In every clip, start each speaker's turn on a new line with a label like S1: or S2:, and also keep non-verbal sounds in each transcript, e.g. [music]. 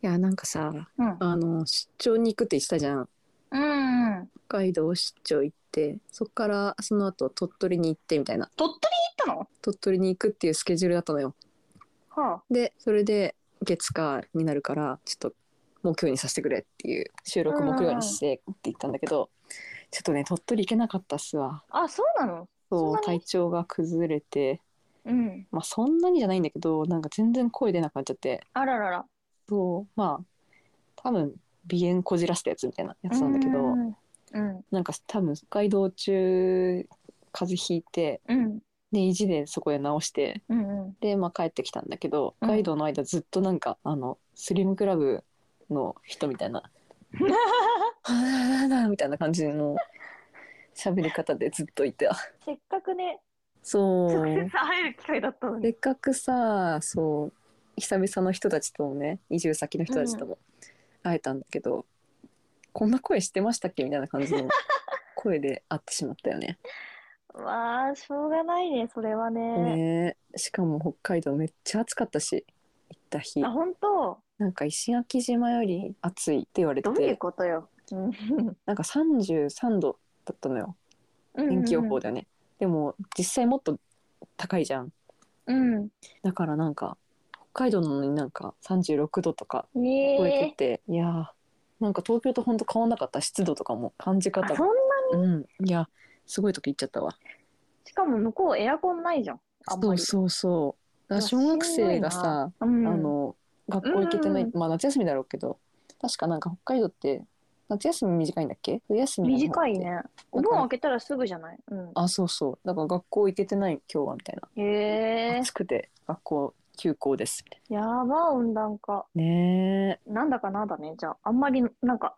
S1: や、なんかさ、
S2: うん。
S1: あの、出張に行くって言ってたじゃん。
S2: うんうん。
S1: 北海道出張行って、そっからその後鳥取に行ってみたいな。
S2: 鳥取に行ったの
S1: 鳥取に行くっていうスケジュールだったのよ。
S2: は
S1: で、それで月火になるから、ちょっと木曜にさせてくれっていう収録木曜にしてって言ったんだけど、ちょっとね、鳥取行けなかったっすわ。
S2: あ。あ、そうなのそん
S1: そ
S2: な
S1: う、体
S2: に
S1: 調が崩れて、
S2: うん。
S1: まあそんなにじゃないんだけど、なんか全然声出なくなっちゃって、
S2: あららら。
S1: そう、まあ、多分鼻炎こじらせたやつみたいなやつなんだけど、
S2: うん。うん。
S1: なんか多分北海道中風邪ひいて
S2: うん。
S1: で意地でそこで治して
S2: うん。うん。
S1: で、まあ、帰ってきたんだけど
S2: うん
S1: 北海道の間ずっとなんか、あのスリムクラブの人みたいな「あーあーあーあーみたいな感じの喋り方でずっといて
S2: せっかくね、
S1: そ
S2: 直接
S1: う
S2: 会える機会だったの
S1: せ
S2: に。
S1: っかくさそう久々の人たちともね移住先の人たちとも会えたんだけど、こんな声してましたっけみたいな感じの声で会ってしまったよね。
S2: まあ、しょうがないね、それはね。
S1: ねえしかも北海道めっちゃ暑かったし行った日
S2: あ、本当
S1: なんか石垣島より暑いって言われて
S2: どういうことよ。うん
S1: なんか33度だったのよ天気予報。だよね、でも実際もっと高いじゃん
S2: うん。
S1: だからなんか北海道なのになんか36度とか超え
S2: ね
S1: て
S2: え。
S1: て、いやーなんか東京とほんと変わんなかった湿度とかも感じ
S2: あ
S1: 方
S2: そ
S1: が
S2: んな、
S1: うんいやすごいとこ行っちゃったわ
S2: しかも向こうエアコンないじゃん。あん
S1: そう
S2: まり。
S1: そうそうだから
S2: い
S1: 小
S2: や
S1: 学生が
S2: しんどい
S1: さ
S2: うん
S1: あの学校行けてない、
S2: うん
S1: まあ夏休みだろうけど確かなんか北海道って夏休み短いんだっけ冬休みの方って
S2: 短いね。お盆開けたらすぐじゃないうん。
S1: あそうそうだから学校行けてない今日はみたいな、
S2: へえ。
S1: 暑くて学校休校ですみたい
S2: やば、温暖化。
S1: なねえ
S2: なんだかなだね。じゃあ、あんまり、なんか、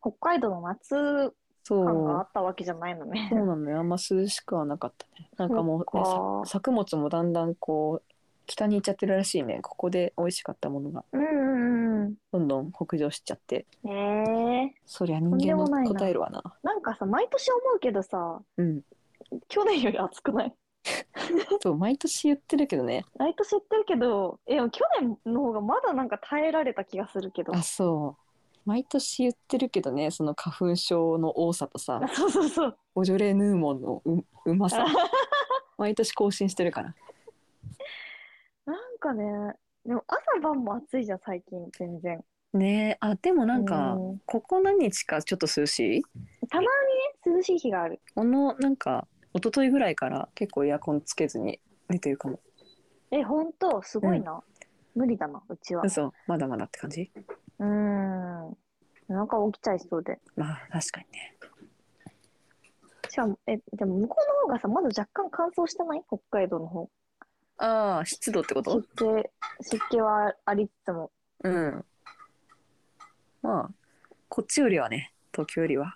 S2: 北海道の夏
S1: そう
S2: 感があったわけじゃないのね。
S1: そうなのよあんま涼しくはなかったねなんかもうね、
S2: そっか
S1: さ作物もだんだんこう北に行っちゃってるらしいねここで美味しかったものが
S2: うんうんうん。
S1: どんどん北上しちゃって
S2: ええ
S1: そりゃ人間
S2: とんでもない
S1: も
S2: な
S1: 答えるわな
S2: なんかさ、毎年思うけどさ、
S1: うん
S2: 去年より暑くない
S1: そう毎年言ってるけどね
S2: 毎年言ってるけど、え、でも去年の方がまだなんか耐えられた気がするけど。
S1: あそう毎年言ってるけどねその花粉症の多さとさ
S2: あそうそうそう。
S1: ボジョレ・ヌーモンのううまさ毎年更新してるから
S2: なんかね、でも朝晩も暑いじゃん、最近、全然。
S1: ねえあでもなんか、
S2: うん
S1: ここ何日かちょっと涼しい
S2: たまにね、涼しい日がある。
S1: このなんか一昨日ぐらいから結構エアコンつけずに寝てるかも
S2: え、ほんと、すごいな。無理だな、うちは。
S1: 嘘まだまだって感じ
S2: うーん。なんか起きちゃいそうで。
S1: まあ確かにね
S2: しかも、え、でも向こうの方がさ、まだ若干乾燥してない北海道の方。
S1: ああ湿度ってこ
S2: 湿気、湿気はありつつも。
S1: うんまあこっちよりはね東京よりは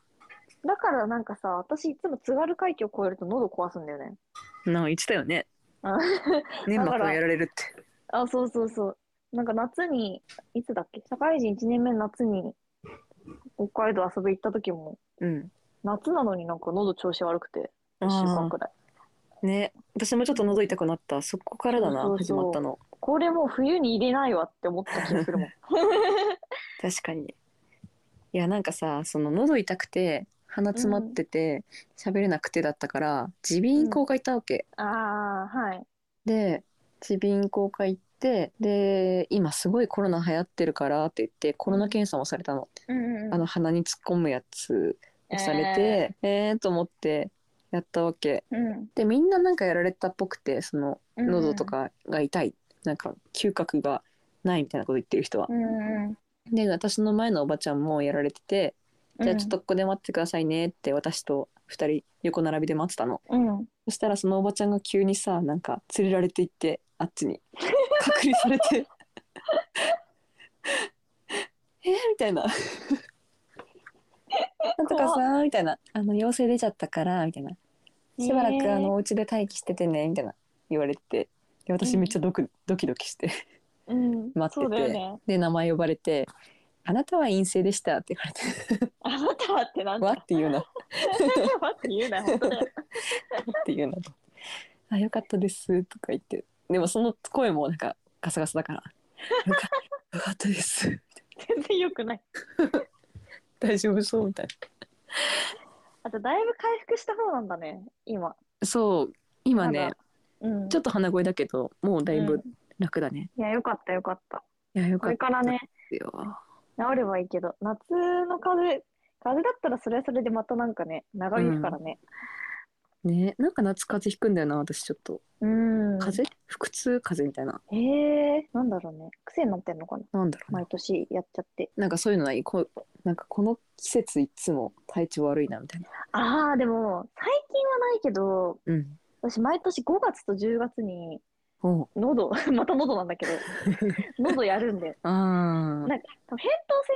S2: だからなんかさ、私いつも津軽海峡越えると喉壊すんだよね。
S1: なあ言ってたよね
S2: あ
S1: 粘膜をやられるって
S2: あ、そうそうそう。なんか夏に、いつだっけ社会人1年目の夏に、北海道遊び行った時も、
S1: うん
S2: 夏なのになんか喉調子悪くて、
S1: あ
S2: 1
S1: ー
S2: 週間くらい。
S1: ね私もちょっと喉痛くなったそこからだな
S2: そうそう
S1: 始
S2: そう
S1: まったの
S2: これもう冬に入れないわって思った気がするもん。
S1: 確かにいやなんかさその喉痛くて鼻詰まってて喋、れなくてだったから耳鼻咽喉科行ったわけ、
S2: ああ、はい。
S1: で耳鼻咽喉科行ってで今すごいコロナ流行ってるからって言ってコロナ検査もされたの、
S2: うんうんうん
S1: あの鼻に突っ込むやつをされてえー、と思ってやったわけ
S2: うん
S1: でみんななんかやられたっぽくてその
S2: うん
S1: 喉と。かが痛い、なんか嗅覚がないみたいなこと言ってる人は
S2: う、んうん
S1: で私の前のおばちゃんもやられてて
S2: うん。
S1: じゃあちょっとここで待ってくださいねって私と2人横並びで待ってたの
S2: うん。
S1: そしたらそのおばちゃんが急にさなんか連れられて行ってあっち
S2: [laughs]
S1: に隔離されて [laughs] えーみたいな [laughs] なんとかさみたいなあの陽性出ちゃったからみたいなしばら
S2: え
S1: く
S2: ー
S1: あのお家で待機しててねみたいな言われてで私めっちゃドク、ドキドキして
S2: う
S1: 待っ
S2: ん。
S1: てて
S2: そうだよね。
S1: で名前呼ばれて「あなたは陰性でした」って言われて [laughs]
S2: あなたはってな
S1: 「
S2: ん
S1: わ」
S2: だ
S1: って言うな
S2: [laughs] わって言うなよ、本当だよ。
S1: っていうのと「あよかったです」とか言
S2: [laughs]
S1: ってでもその声もなんかガサガサだから「よかよかったです」みたいな
S2: 良くない。
S1: 大丈夫そうみたい
S2: あと、だいぶ回復した方なんだね、今。
S1: なそう今ね
S2: まだうん。
S1: ちょっと鼻声だけどもうだいぶ
S2: うん
S1: 楽だね、
S2: いや、よかった、よかった。
S1: いやよ
S2: こ
S1: かっ
S2: れ
S1: た
S2: からね、
S1: ですよ
S2: 治ればいいけど、夏の風邪、風邪だったらそれはそれでまたなんかね、長引くからね。
S1: ねなんか夏風邪ひくんだよな私ちょっと
S2: うん。
S1: 風邪腹痛風邪みたいな
S2: ええー、なんだろうね。癖になってんのかな
S1: なんだろうな
S2: 毎年やっちゃって。
S1: なんかそういうのないこうなんかこの季節いつも体調悪いなみたいな
S2: ああ、でも、最近はないけど、
S1: うん
S2: 私毎年5月と10月に、
S1: おう
S2: 喉、 [laughs] また喉なんだけ
S1: [laughs]
S2: ど、喉やるんで。
S1: あー
S2: なんか、扁桃腺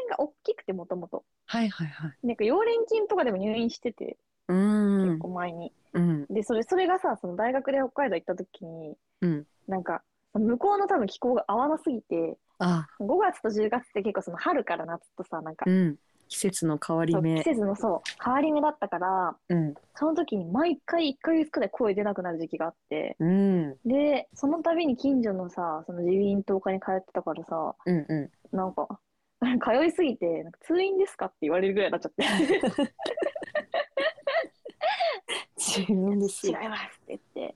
S2: が大きくてもともと。
S1: はいはいはい
S2: なんか、溶連菌とかでも入院してて、
S1: うー
S2: 結
S1: ん
S2: 構前に。
S1: うん
S2: で、それ、それがさ、その大学で北海道行った時に、
S1: うん
S2: なんか、向こうの多分気候が合わなすぎて、
S1: あ
S2: 5月と10月って結構その春から夏とさ、なんか
S1: う、ん季節の変わり
S2: そう季
S1: 目
S2: 節のそう、変わり目だったから、
S1: うん
S2: その時に毎回1ヶ月くらい声出なくなる時期があって、
S1: うん
S2: で、その度に近所のさ、その耳鼻咽頭科に通ってたからさ、
S1: うんう
S2: なんか、 [laughs] 通いすぎて、なんか通院ですかって言われるぐらいになっちゃって、
S1: ん違うんです
S2: [laughs] 違いますって言って、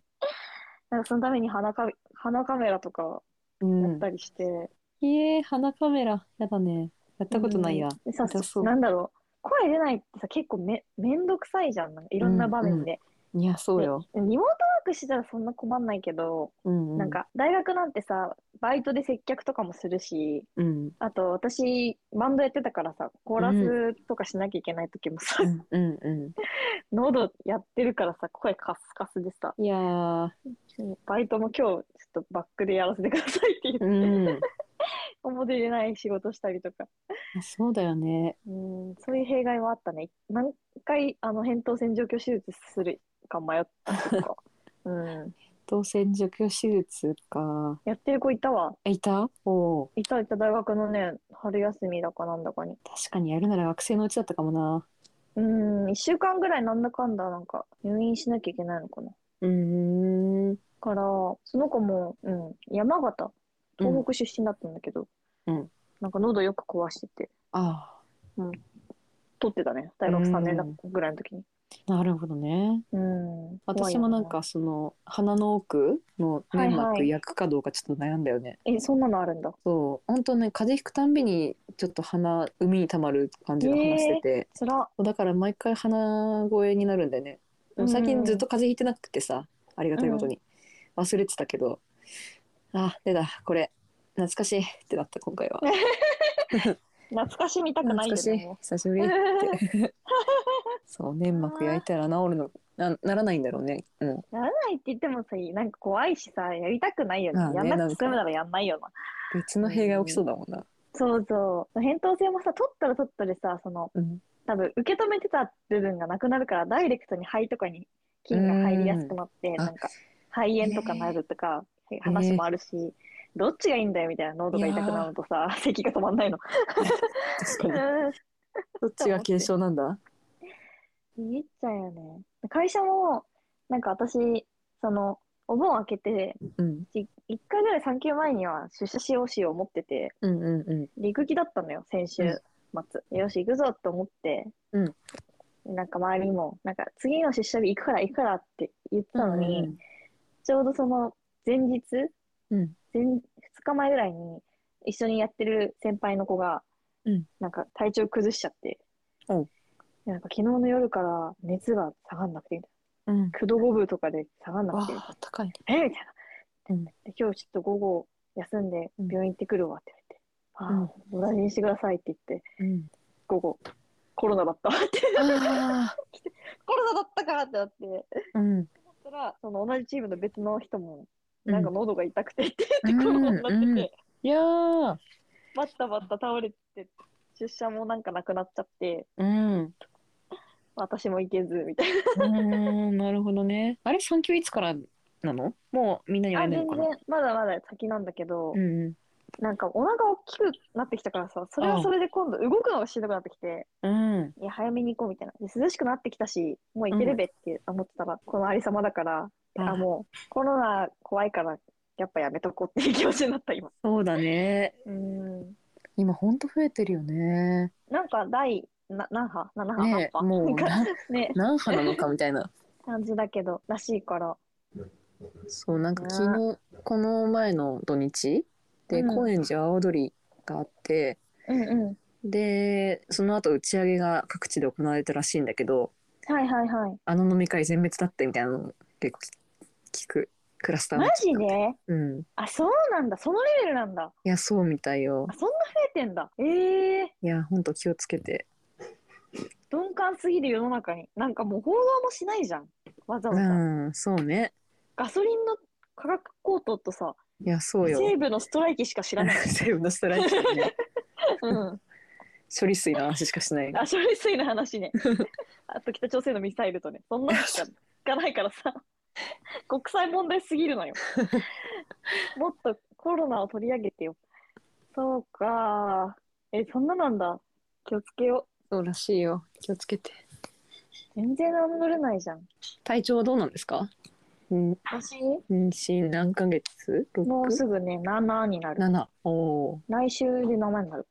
S2: なんかそのために鼻か鼻カメラとか
S1: う
S2: や
S1: ん
S2: ったりして、
S1: ええ鼻カメラやだねやったことないや
S2: うんでさ
S1: 痛そう
S2: なんだろう、声出ないってさ、結構めめんどくさいじゃん、なんかいろんな場面で。
S1: いやそうよ
S2: でリモートワークしてたらそんな困んないけど、
S1: うんうん
S2: なんか大学なんてさ、バイトで接客とかもするし、 [laughs]
S1: うん
S2: あと私、バンドやってたからさ、コーラスとかしなきゃいけない時もさ、
S1: うんうん
S2: 喉やってるからさ、声カスカスでさ、
S1: うんいやー
S2: バイトも今日ちょっとバックでやらせてくださいって言って、
S1: うん
S2: 表出ない仕事したりとか、
S1: そうだよね
S2: うん、そういう弊害はあったね。何回、あの、扁桃腺除去手術するか迷ったり
S1: [laughs]
S2: とか。うん、
S1: 当選除去手術か
S2: やってる子いたわ。
S1: えいたおお
S2: いたいた大学のね、春休みだかなんだかに。
S1: 確かにやるなら学生のうちだったかもな
S2: うん、一週間ぐらいなんだかんだなんか入院しなきゃいけないのかな。
S1: うーん
S2: から、その子も、うん、山形、東北出身だったんだけど、
S1: うん
S2: なんか喉よく壊してて、
S1: あ
S2: 取ってたね。大学
S1: うん
S2: 3年だぐらいの時に。
S1: あなるほどね
S2: うん。
S1: 私もなんかその鼻の奥の粘
S2: はいは
S1: 膜
S2: い
S1: 焼くかどうかちょっと悩んだよね、
S2: 怖いよね。え、そんなのあるんだ。
S1: そう本当ね風邪ひくたんびにちょっと鼻海に溜まる感じの話してて、
S2: つら。
S1: そうだから毎回鼻声になるんだよねでも最近ずっと風邪ひいてなくてさ、ありがたいことに忘れてたけど、あ出たこれ懐かしいってなった今回 [laughs] は
S2: 懐かしみたくない
S1: 懐か
S2: よ
S1: しい
S2: ね。
S1: 久し [laughs] ぶりってそう粘膜焼いたら治るのなならないんだろうねうん
S2: [laughs] ならないって言ってもさ、なんか怖いしさ、やりたくないよね。
S1: まあね
S2: やんなくて済むならやんないよな。
S1: 別の弊害起きそうだもんな
S2: そうそう。扁桃腺もさ、取ったら取ったでさ、その、
S1: うん
S2: 多分受け止めてた部分がなくなるから、ダイレクトに肺とかに菌が入りやすくなって、
S1: あ
S2: なんか、肺炎とかなるとか、話もあるし、どっちがいいんだよみたいな、喉が痛くなるとさ、咳が止まん [laughs] ないの。
S1: 確かに [laughs] どっちが軽症なんだ
S2: 見っちゃうよね。会社も、なんか私、その、お盆明けて、
S1: うん
S2: 1回ぐらい産休前には出社しようしよう思ってて、
S1: うんうんうん
S2: 陸気だったのよ、先週末。よし、行くぞって思って、
S1: うん
S2: なんか周りにも、なんか次の出社日行くから行くからって言ってたのに、ちょうどその前日、
S1: うん
S2: 前2日前ぐらいに、一緒にやってる先輩の子が、
S1: うん
S2: なんか体調崩しちゃって、
S1: おう
S2: なんか昨日の夜から熱が下がんなくて、
S1: うんうん
S2: 9度5分とかで下がんな
S1: わ
S2: くて、
S1: あ高い
S2: えみたいな、
S1: うん
S2: で今日ちょっと午後休んで
S1: うん
S2: 病院行ってくるわって言われて、ああ、同じにしてくださいって言って、
S1: うん
S2: 午後、コロナだった
S1: [laughs]
S2: って、
S1: あ
S2: コロナだったからってなって、
S1: ーうん
S2: そしたら、その同じチームの別の人も、なんか喉が痛くてって
S1: う
S2: 言
S1: ん
S2: [laughs] って、コロナになってて、
S1: うんうんいやー
S2: バッタバッタ倒れて、出社もなんかなくなっちゃって、
S1: うん
S2: 私も行けず、みたいな。
S1: うーんなるほどね。あれ産休いつからなの？もうみんな
S2: [laughs]
S1: には
S2: あ
S1: 言われ
S2: 全
S1: るの
S2: 然
S1: かな。、
S2: まだまだ先なんだけど、
S1: うんう
S2: なんかお腹大きくなってきたからさ、それはそれで今度動くのがしんどくなってきて、
S1: んうん
S2: いや、早めに行こうみたいな。で涼しくなってきたし、もう行けるべって思ってたら、このありさまだから、
S1: うん
S2: あ、もうコロナ怖いから、やっぱやめとこうっていう気持ちになった、今。
S1: そうだね。
S2: うん。
S1: い今ほんと増えてるよね。
S2: なんか第な何波7波、
S1: ね
S2: 8波
S1: もう
S2: なんか
S1: な
S2: ね
S1: 何波なのかみたいな。
S2: 感じだけどらしいから
S1: そうなんか昨日この前の土日で
S2: うん
S1: 高円寺阿波踊りがあって、
S2: うんう
S1: でその後打ち上げが各地で行われたらしいんだけど
S2: んはいはいはい
S1: あの飲み会全滅だってみたいなの結構き聞くクラスターの
S2: マジで
S1: うん
S2: あそうなんだそのレベルなんだ
S1: いやそうみたいよ
S2: あそんな増えてんだええ
S1: いやほんと気をつけて
S2: 鈍感すぎる世の中になんかもう報道もしないじゃんわざわ
S1: う
S2: ざ、
S1: んそうね
S2: ガソリンの価格高騰とさ
S1: いやそうよ
S2: 西部のストライキしか知らない、
S1: [laughs] セーブのストライキとね
S2: うん、
S1: 処理水の話しかしない
S2: あ処理水の話ねあと北朝鮮のミサイルとねそんなのしか聞かないか
S1: [laughs]
S2: らさ国際問題すぎるのよもっとコロナを取り上げてよそうかえそんななんだ気をつけよ
S1: [laughs] そうらしいよ気をつけて
S2: う全然何も取れないじゃん
S1: 体調はどうなんですかうん
S2: 私
S1: 妊娠何ヶ月
S2: もう
S1: ?6?
S2: すぐね7になる
S1: 7おお
S2: 来週で7になる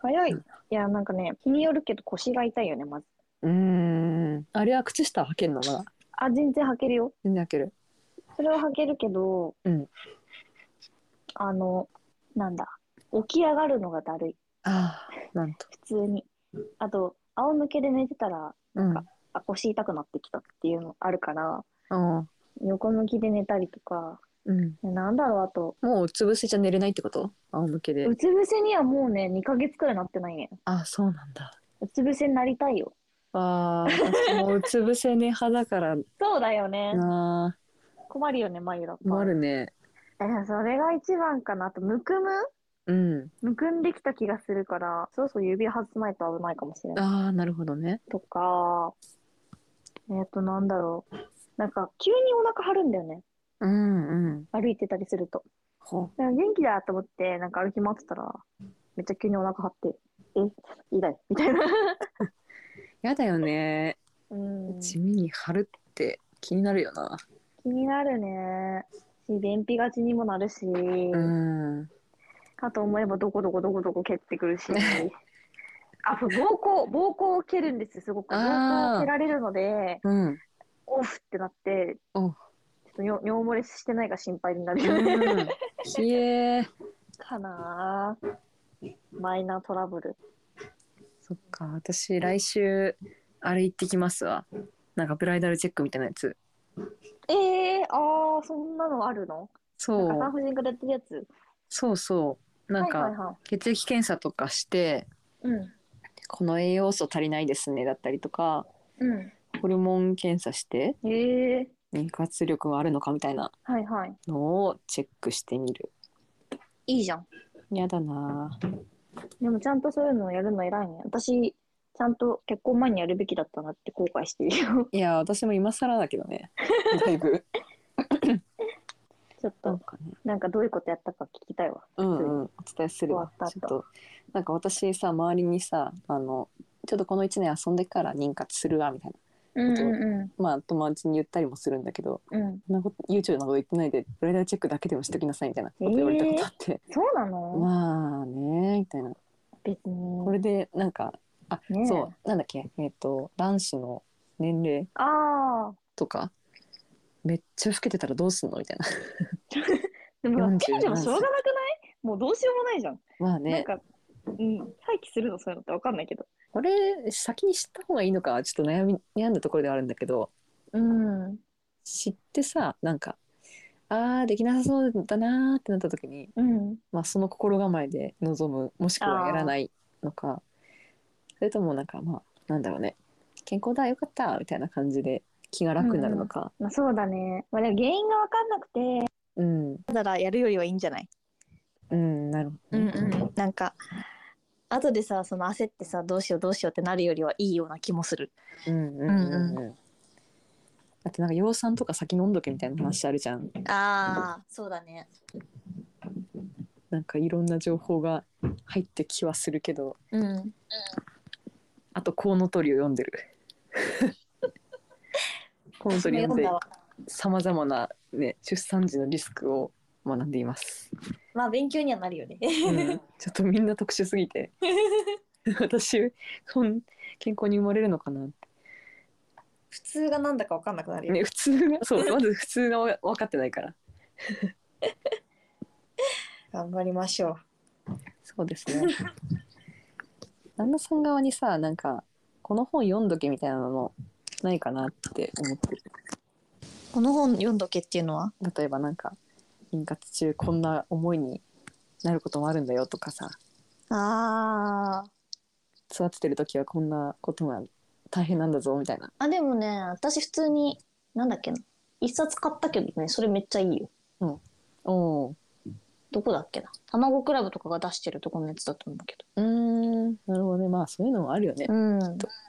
S2: 早いいやなんかね日によるけど腰が痛いよねまず
S1: ーうーんあれは靴下履けるのまだ
S2: あ全然履けるよ
S1: 全然履ける
S2: それは履けるけど、
S1: うん
S2: あのなんだ起き上がるのがだるい
S1: ああなんと
S2: 普通にあと仰向けで寝てたら
S1: うん
S2: あ腰痛くなってきたっていうのあるから
S1: あ
S2: 横向きで寝たりとか
S1: うん
S2: なんだろうあと
S1: もううつ伏せじゃ寝れないってこと仰向けで
S2: うつ伏せにはもうね2ヶ月くらいなってないね
S1: あそうなんだ
S2: うつ伏せになりたいよ
S1: わあ私もうつ伏せ寝派だから
S2: そうだよね
S1: な
S2: 困るよね
S1: [laughs]
S2: 眉だ
S1: 困るね
S2: えーそれが一番かなあとむくむ
S1: うん
S2: むくんできた気がするからそろそろ指外さないと危ないかもしれない
S1: ああなるほどね
S2: とか、えっ、と、なんだろう。なんか、急にお腹張るんだよね。
S1: うんうん
S2: 歩いてたりすると。
S1: ほ
S2: だから元気だと思って、なんか歩き回ってたら、めっちゃ急にお腹張って、え、いいだいみたいな。
S1: [laughs] やだよね
S2: うん。
S1: 地
S2: 気
S1: 味に張るって気になるよな
S2: になるね。し、便秘がちにもなるし、
S1: うん
S2: かと思えばどこどこどこどこ蹴ってくるし。 [laughs] あ、そう、膀胱、膀胱を蹴るんですよ、すごく。
S1: あ
S2: 膀
S1: ー
S2: 胱を蹴られるので、
S1: うん
S2: オフってなって、
S1: おう
S2: ちょっと尿尿漏れしてないか心配になるよね。
S1: んひえー
S2: かなあマイナートラブル
S1: そっか私来週あれ行ってきますわなんかブライダルチェックみたいなやつ
S2: えー、あーそんなのあるの
S1: そ
S2: なんか産
S1: う
S2: 婦人科でやってるやつ
S1: そうそうなん
S2: はいはい
S1: か
S2: は
S1: 血液検査とかして
S2: いうん
S1: この栄養素足りないですねだったりとか
S2: う
S1: ホルモン検査して
S2: んえー、
S1: 妊活力はあるのかみたいな
S2: はいはい
S1: のをチェックしてみる
S2: いいじゃん
S1: やだなぁ
S2: でもちゃんとそういうのをやるの偉いね私ちゃんと結婚前にやるべきだったなって後悔してるよ [laughs]
S1: いや私も今更だけどねだいぶ
S2: ちょっ
S1: なん
S2: と
S1: かね
S2: なんかどういうことやったか聞きたいわ
S1: うんうん、お伝えするわ
S2: 終わっ
S1: ち
S2: た
S1: ょっとなんか私さ周りにさあのちょっとこの1年遊んでから妊活するわみたいな
S2: うん
S1: うんまあ友達に言ったりもするんだけど
S2: うんうん
S1: そんなこと YouTube など言ってないでブライダルチェックだけでもしときなさいみたいなこと言われたことあって、
S2: そうなの、
S1: まあねみたいな
S2: 別に
S1: これでなんかあ、
S2: ねえ
S1: そうなんだっけえっ、と卵子の年齢
S2: ああ
S1: とかめっちゃ老けてたらどうすんのみたいな
S2: でも
S1: 47
S2: 40でもしょうがなくないもうどうしようもないじゃん
S1: まあ
S2: なん
S1: ね
S2: か、うん、廃棄するのそういうのってわかんないけど。
S1: これ先に知った方がいいのかちょっと悩み悩んだところではあるんだけど
S2: うん。
S1: 知ってさなんかあーできなさそうだなーってなった時に、
S2: うん。
S1: まあ、その心構えで臨むもしくはやらないのかそれともなんかまあなんだろうね健康だよかったみたいな感じで気が楽になるのか、
S2: まあそうだね。まあでも原因がわかんなくて、
S1: うんうん、
S2: ただやるよりはいいんじゃない
S1: なるほ
S2: う
S1: ど
S2: ん
S1: ね、
S2: うん。なんか、後でさ、その焦ってさ、どうしようどうしようってなるよりはいいような気もする。
S1: うんうんうんうんだってなんか養酸とか先飲んどけみたいな話あるじゃん
S2: ああ、そうだね。
S1: なんかいろんな情報が入ってきはするけど
S2: うん。
S1: あとコウノトリを読んでる [laughs] コウノトリ読んで
S2: わ。
S1: さまざまな、ね、出産時のリスクを学んでいます、
S2: まあ勉強にはなるよね。
S1: うん、 [laughs] ちょっとみんな特殊すぎ [laughs] て私こん健康に生まれるのかなっ
S2: [laughs] 普通がなんだか分かんなくなる
S1: て、
S2: よね。
S1: ね、普通が [laughs] そうまず普通がわ分かってないから
S2: 頑張りましょう。
S1: そうですね [laughs] 旦那さん側にさなんかこの本読んどけみたいなのないかなって思ってる
S2: この本読んどけっていうのは
S1: 例えばなんか妊活中こんな思いになることもあるんだよとかさ
S2: あー
S1: 育ててる時はこんなことが大変なんだぞみたいな
S2: あでもね私普通になんだっけな一冊買ったけどねそれめっちゃいいよ。
S1: おう
S2: どこだっけな卵クラブとかが出してるとこのやつだと思うけ
S1: うーんなるほどねまあそういうのもあるよね
S2: ど。うん。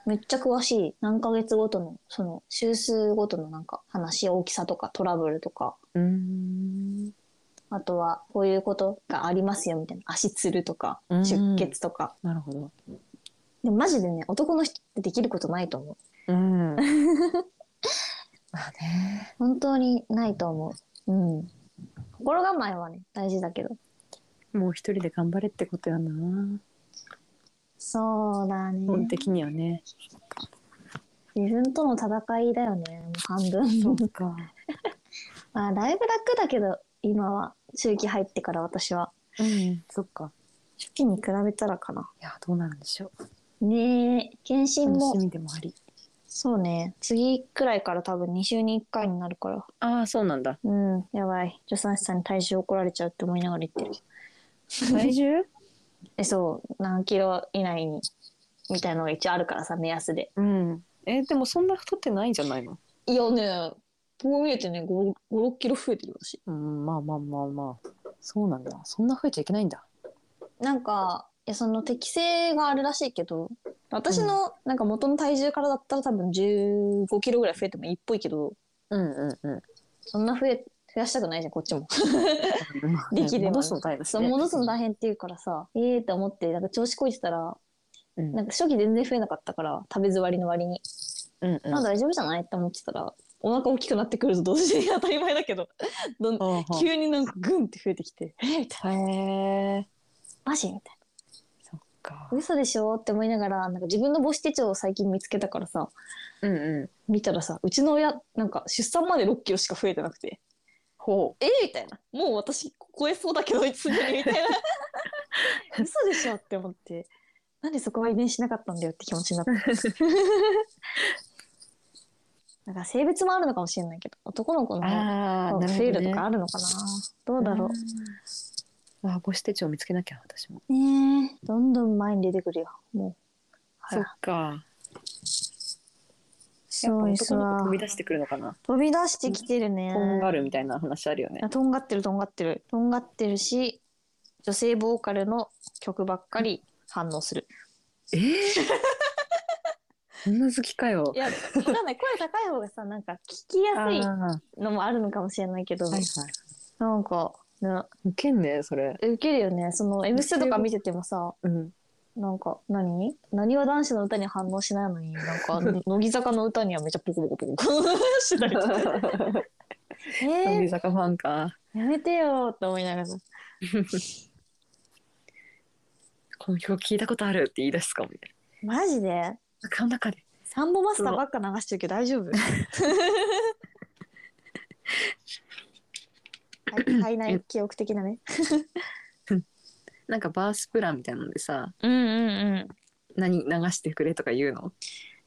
S2: めっちゃ詳しい。何ヶ月ごとのその週数ごとのなんか話大きさとかトラブルとか
S1: うーん
S2: あとはこういうことがありますよみたいな足つるとか
S1: うん
S2: 出血とか。
S1: なるほど
S2: でもマジでね男の人ってできることないと思う。
S1: うん [laughs] まあね
S2: 本当にないと思う。うん。心構えはね大事だけど。
S1: もう一人で頑張れってことやな
S2: そうだね
S1: 基。本的にはね
S2: 自分との戦いだよね、もう半分。
S1: うか
S2: [laughs] まあ、だいぶ楽だけど、今は、中期入ってから私は。
S1: うんそっか
S2: 初期に比べたらかな。
S1: いやどうなるんでしょう
S2: ねえ、検診
S1: 楽
S2: も
S1: し、みでもあり
S2: そうね、次くらいから多分2週に1回になるから。
S1: ああそうなん [laughs] だ
S2: うん、やばい。助産師さんに体重怒られちゃうって思いながら言ってる。
S1: 体重
S2: え、そう、何キロ以内に、みたいなのが一応あるからさ、目安で。
S1: うんえーでもそんな太ってないんじゃないの
S2: いやね、こう見えてね、5、6キロ増えてる私。
S1: うんまあまあまあまあそうなんだそんな増えちゃいけないんだ
S2: なんかいやその適性があるらしいけど私のなんか元の体重からだったら多分1 5キロぐらい増えてもいいっぽいけど
S1: うんうんうん
S2: そんな増え増やしたくないじゃんこっち [laughs] も
S1: で
S2: 力
S1: き
S2: で
S1: れ
S2: は
S1: 戻すの大変だし
S2: そう
S1: ね
S2: 戻すの大変っていうからさええー、って思ってなんか調子こいてたら
S1: うん
S2: なんか初期全然増えなかったから食べ座りの割に、
S1: うんうん
S2: まあ大丈夫じゃないって思ってたらお腹大きくなってくると同時に [laughs] 当たり前だけどどん
S1: うんうん
S2: 急になんかグンって増えてきてえー、みたい
S1: へえ
S2: なマジみたい
S1: そっか
S2: な嘘でしょって思いながらなんか自分の母子手帳を最近見つけたからさ
S1: うんうん
S2: 見たらさうちの親なんか出産まで6キロしか増えてなくて
S1: ほ
S2: 「えみたいな「もう私超えそうだけどいつに」みた
S1: [laughs]
S2: いな嘘でしょって思ってなんでそこは遺伝しなかったんだよって気持
S1: [laughs]
S2: ちになったなんか性別もあるのかもしれないけど男の子
S1: う
S2: の方
S1: あ
S2: が増えるとかあるのかなどうだろ
S1: うんあ母子手帳見つけなきゃ私も
S2: うねえどんどん前に出てくるよもうはい
S1: そっかやっぱ
S2: そうで
S1: 男
S2: す
S1: の
S2: わ
S1: 子飛び出してくるのかな
S2: 飛び出してきてるね
S1: とんがるみたいな話あるよね
S2: あとんがってるとんがってるとんがってるし女性ボーカルの曲ばっかり反応する、
S1: え [laughs] そんな好きかよ
S2: いや分かんない声高い方がさなんか聞き
S1: あ
S2: や
S1: ー
S2: すい
S1: は
S2: のもあるのかもしれないけど、
S1: いはい
S2: なんか、ね、
S1: ウケんねそれ
S2: ウケるよねその「M ステ」とか見ててもさ
S1: [laughs] うん
S2: なんか何なにわ男子の歌に反応しないのになん [laughs] か乃木坂の歌にはめっちゃポコポコポコ [laughs] してたりとか [laughs] え
S1: 乃
S2: ー
S1: 木坂ファンか
S2: やめてよって思いながらさ
S1: この曲聞いたことあるって言い出すかもね
S2: マジで
S1: 中の中で
S2: サンボマスターばっか流してるけど大丈 [laughs] 夫はい体内記憶的なね。
S1: なんかバースプランみたいなのでさ
S2: うんうんうん。
S1: 何流してくれとか言うの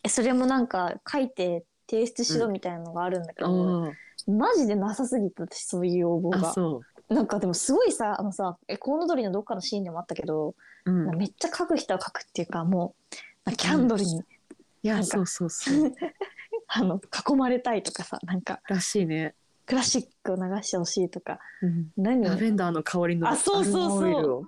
S2: えそれもなんか書いて提出しろみたいなのがあるんだけど、
S1: あ
S2: マジでなさすぎた私そういう要望
S1: あ
S2: が。
S1: そ
S2: なんかでもすごいさあのさえコウノドリのどっかのシーンでもあったけど、
S1: ううん
S2: めっちゃ書く人は書くっていうかもうキャンドルに、
S1: い
S2: な
S1: や
S2: んか
S1: そうそうそう [laughs]
S2: あの囲まれたいとかさなんから
S1: しいね
S2: クラシックを流してほしいとか
S1: うん
S2: 何
S1: ラベンダーの香りの
S2: あそうそうそ
S1: ア
S2: う
S1: ロマオイルを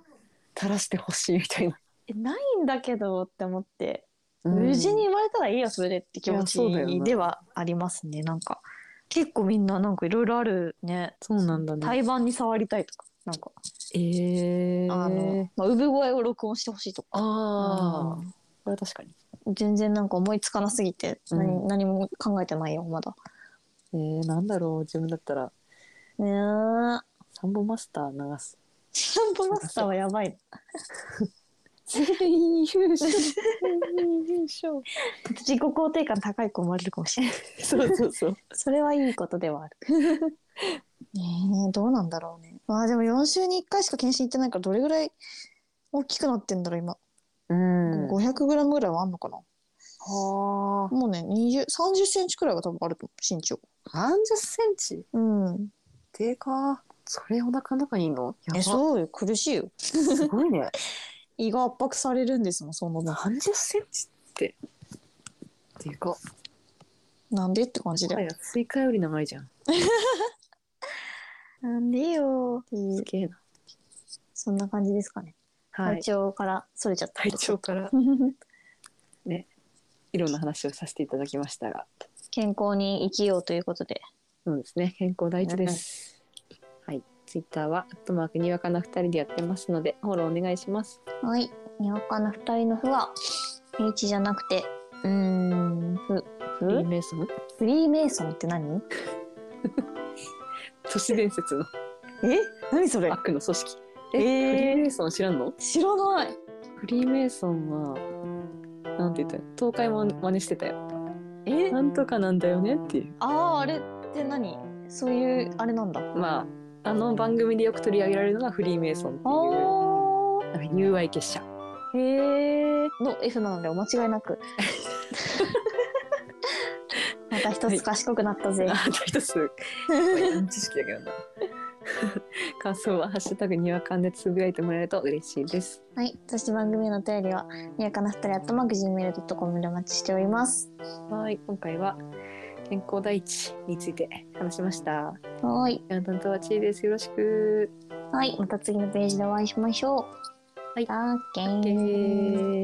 S1: 垂らしてほしいみたいな
S2: えないんだけどって思って。
S1: うん
S2: 無事に生まれたらいいよそれでって気持ち
S1: いやそうだよな
S2: ではありますねなんか結構みんななんかいろいろあるね
S1: そうなんだね
S2: 胎盤に触りたいとかなんか、
S1: ええ
S2: あの、まあ、産声を録音してほしいとか
S1: ああ
S2: う
S1: こ
S2: ん
S1: れは確かに
S2: 全然なんか思いつかなすぎて何,、
S1: うん
S2: 何も考えてないよまだ
S1: えー、なんだろう自分だったら [laughs]
S2: ねえ
S1: サンボマスター流す。
S2: シャンプーマスターはやばい。
S1: 全員優勝。
S2: 自己肯定感高い子もあるかもしれない。
S1: [laughs] そうそうそう。
S2: それはいいことではある。ねえどうなんだろうね。まあでも4週に1回しか検診行ってないからどれぐらい大きくなってんだろう今。
S1: うん。
S2: 500グラムぐらいはあんのかな。もうね20 30センチくらいは多分あると思う身長。
S1: 三十センチ。
S2: うん。
S1: でか。それお腹の中にいいの。やば
S2: えそうよ苦しいよ。
S1: すごいね。
S2: 胃が圧迫されるんですもんその分。
S1: 三十センチって。でか。
S2: なんでって感じ
S1: もは
S2: で。
S1: やスイカより長いじゃん。
S2: なんでよ。い
S1: す
S2: い
S1: げえな。
S2: そんな感じですかね。
S1: はい
S2: 体。調からそれちゃった。
S1: 体調
S2: [laughs]
S1: から。いろんな話をさせていただきましたが。
S2: 健康に生きようということで。
S1: そうですね。健康第一です。はい。ツイッターはアットマークにわかな二人でやってますので、フォローお願いします。
S2: はい。にわかな二人のふは、H じゃなくて、うーん、ふ、
S1: フリー
S2: ふ
S1: メイソン。
S2: フリーメイソンって何
S1: 都市伝説の
S2: え何それ
S1: 悪の組織。
S2: え
S1: えフリー
S2: ー
S1: メイソン知らんの？
S2: 知らない。
S1: フリーメイソンはなんて言ったらいいの東海も真似してたよ。
S2: え
S1: なんとかなんだよねっていう。
S2: ああ、あれって何そういう、あれなんだ。
S1: まああの番組でよく取り上げられるのがフリーメイソンっていう。
S2: あー
S1: なんか友愛結社。
S2: へえ。の F なのでお間違いな [laughs] く。また一つ賢くなったぜ。
S1: あと一つ知識だけどな。感想はハッシュタグにわかんでつぶやいてもらえると嬉しいです。
S2: [laughs] はい。そして番組へのお便りは、にわかな二人、アットマーク Gmail.com でお待ちしております。
S1: はい、今回は健康第一について話しました。
S2: はーい。
S1: ヤンタンとはちーです。よろしく。
S2: はい。また次のページでお会いしましょう。
S1: はい
S2: だーけ
S1: オッケ
S2: ー。
S1: ー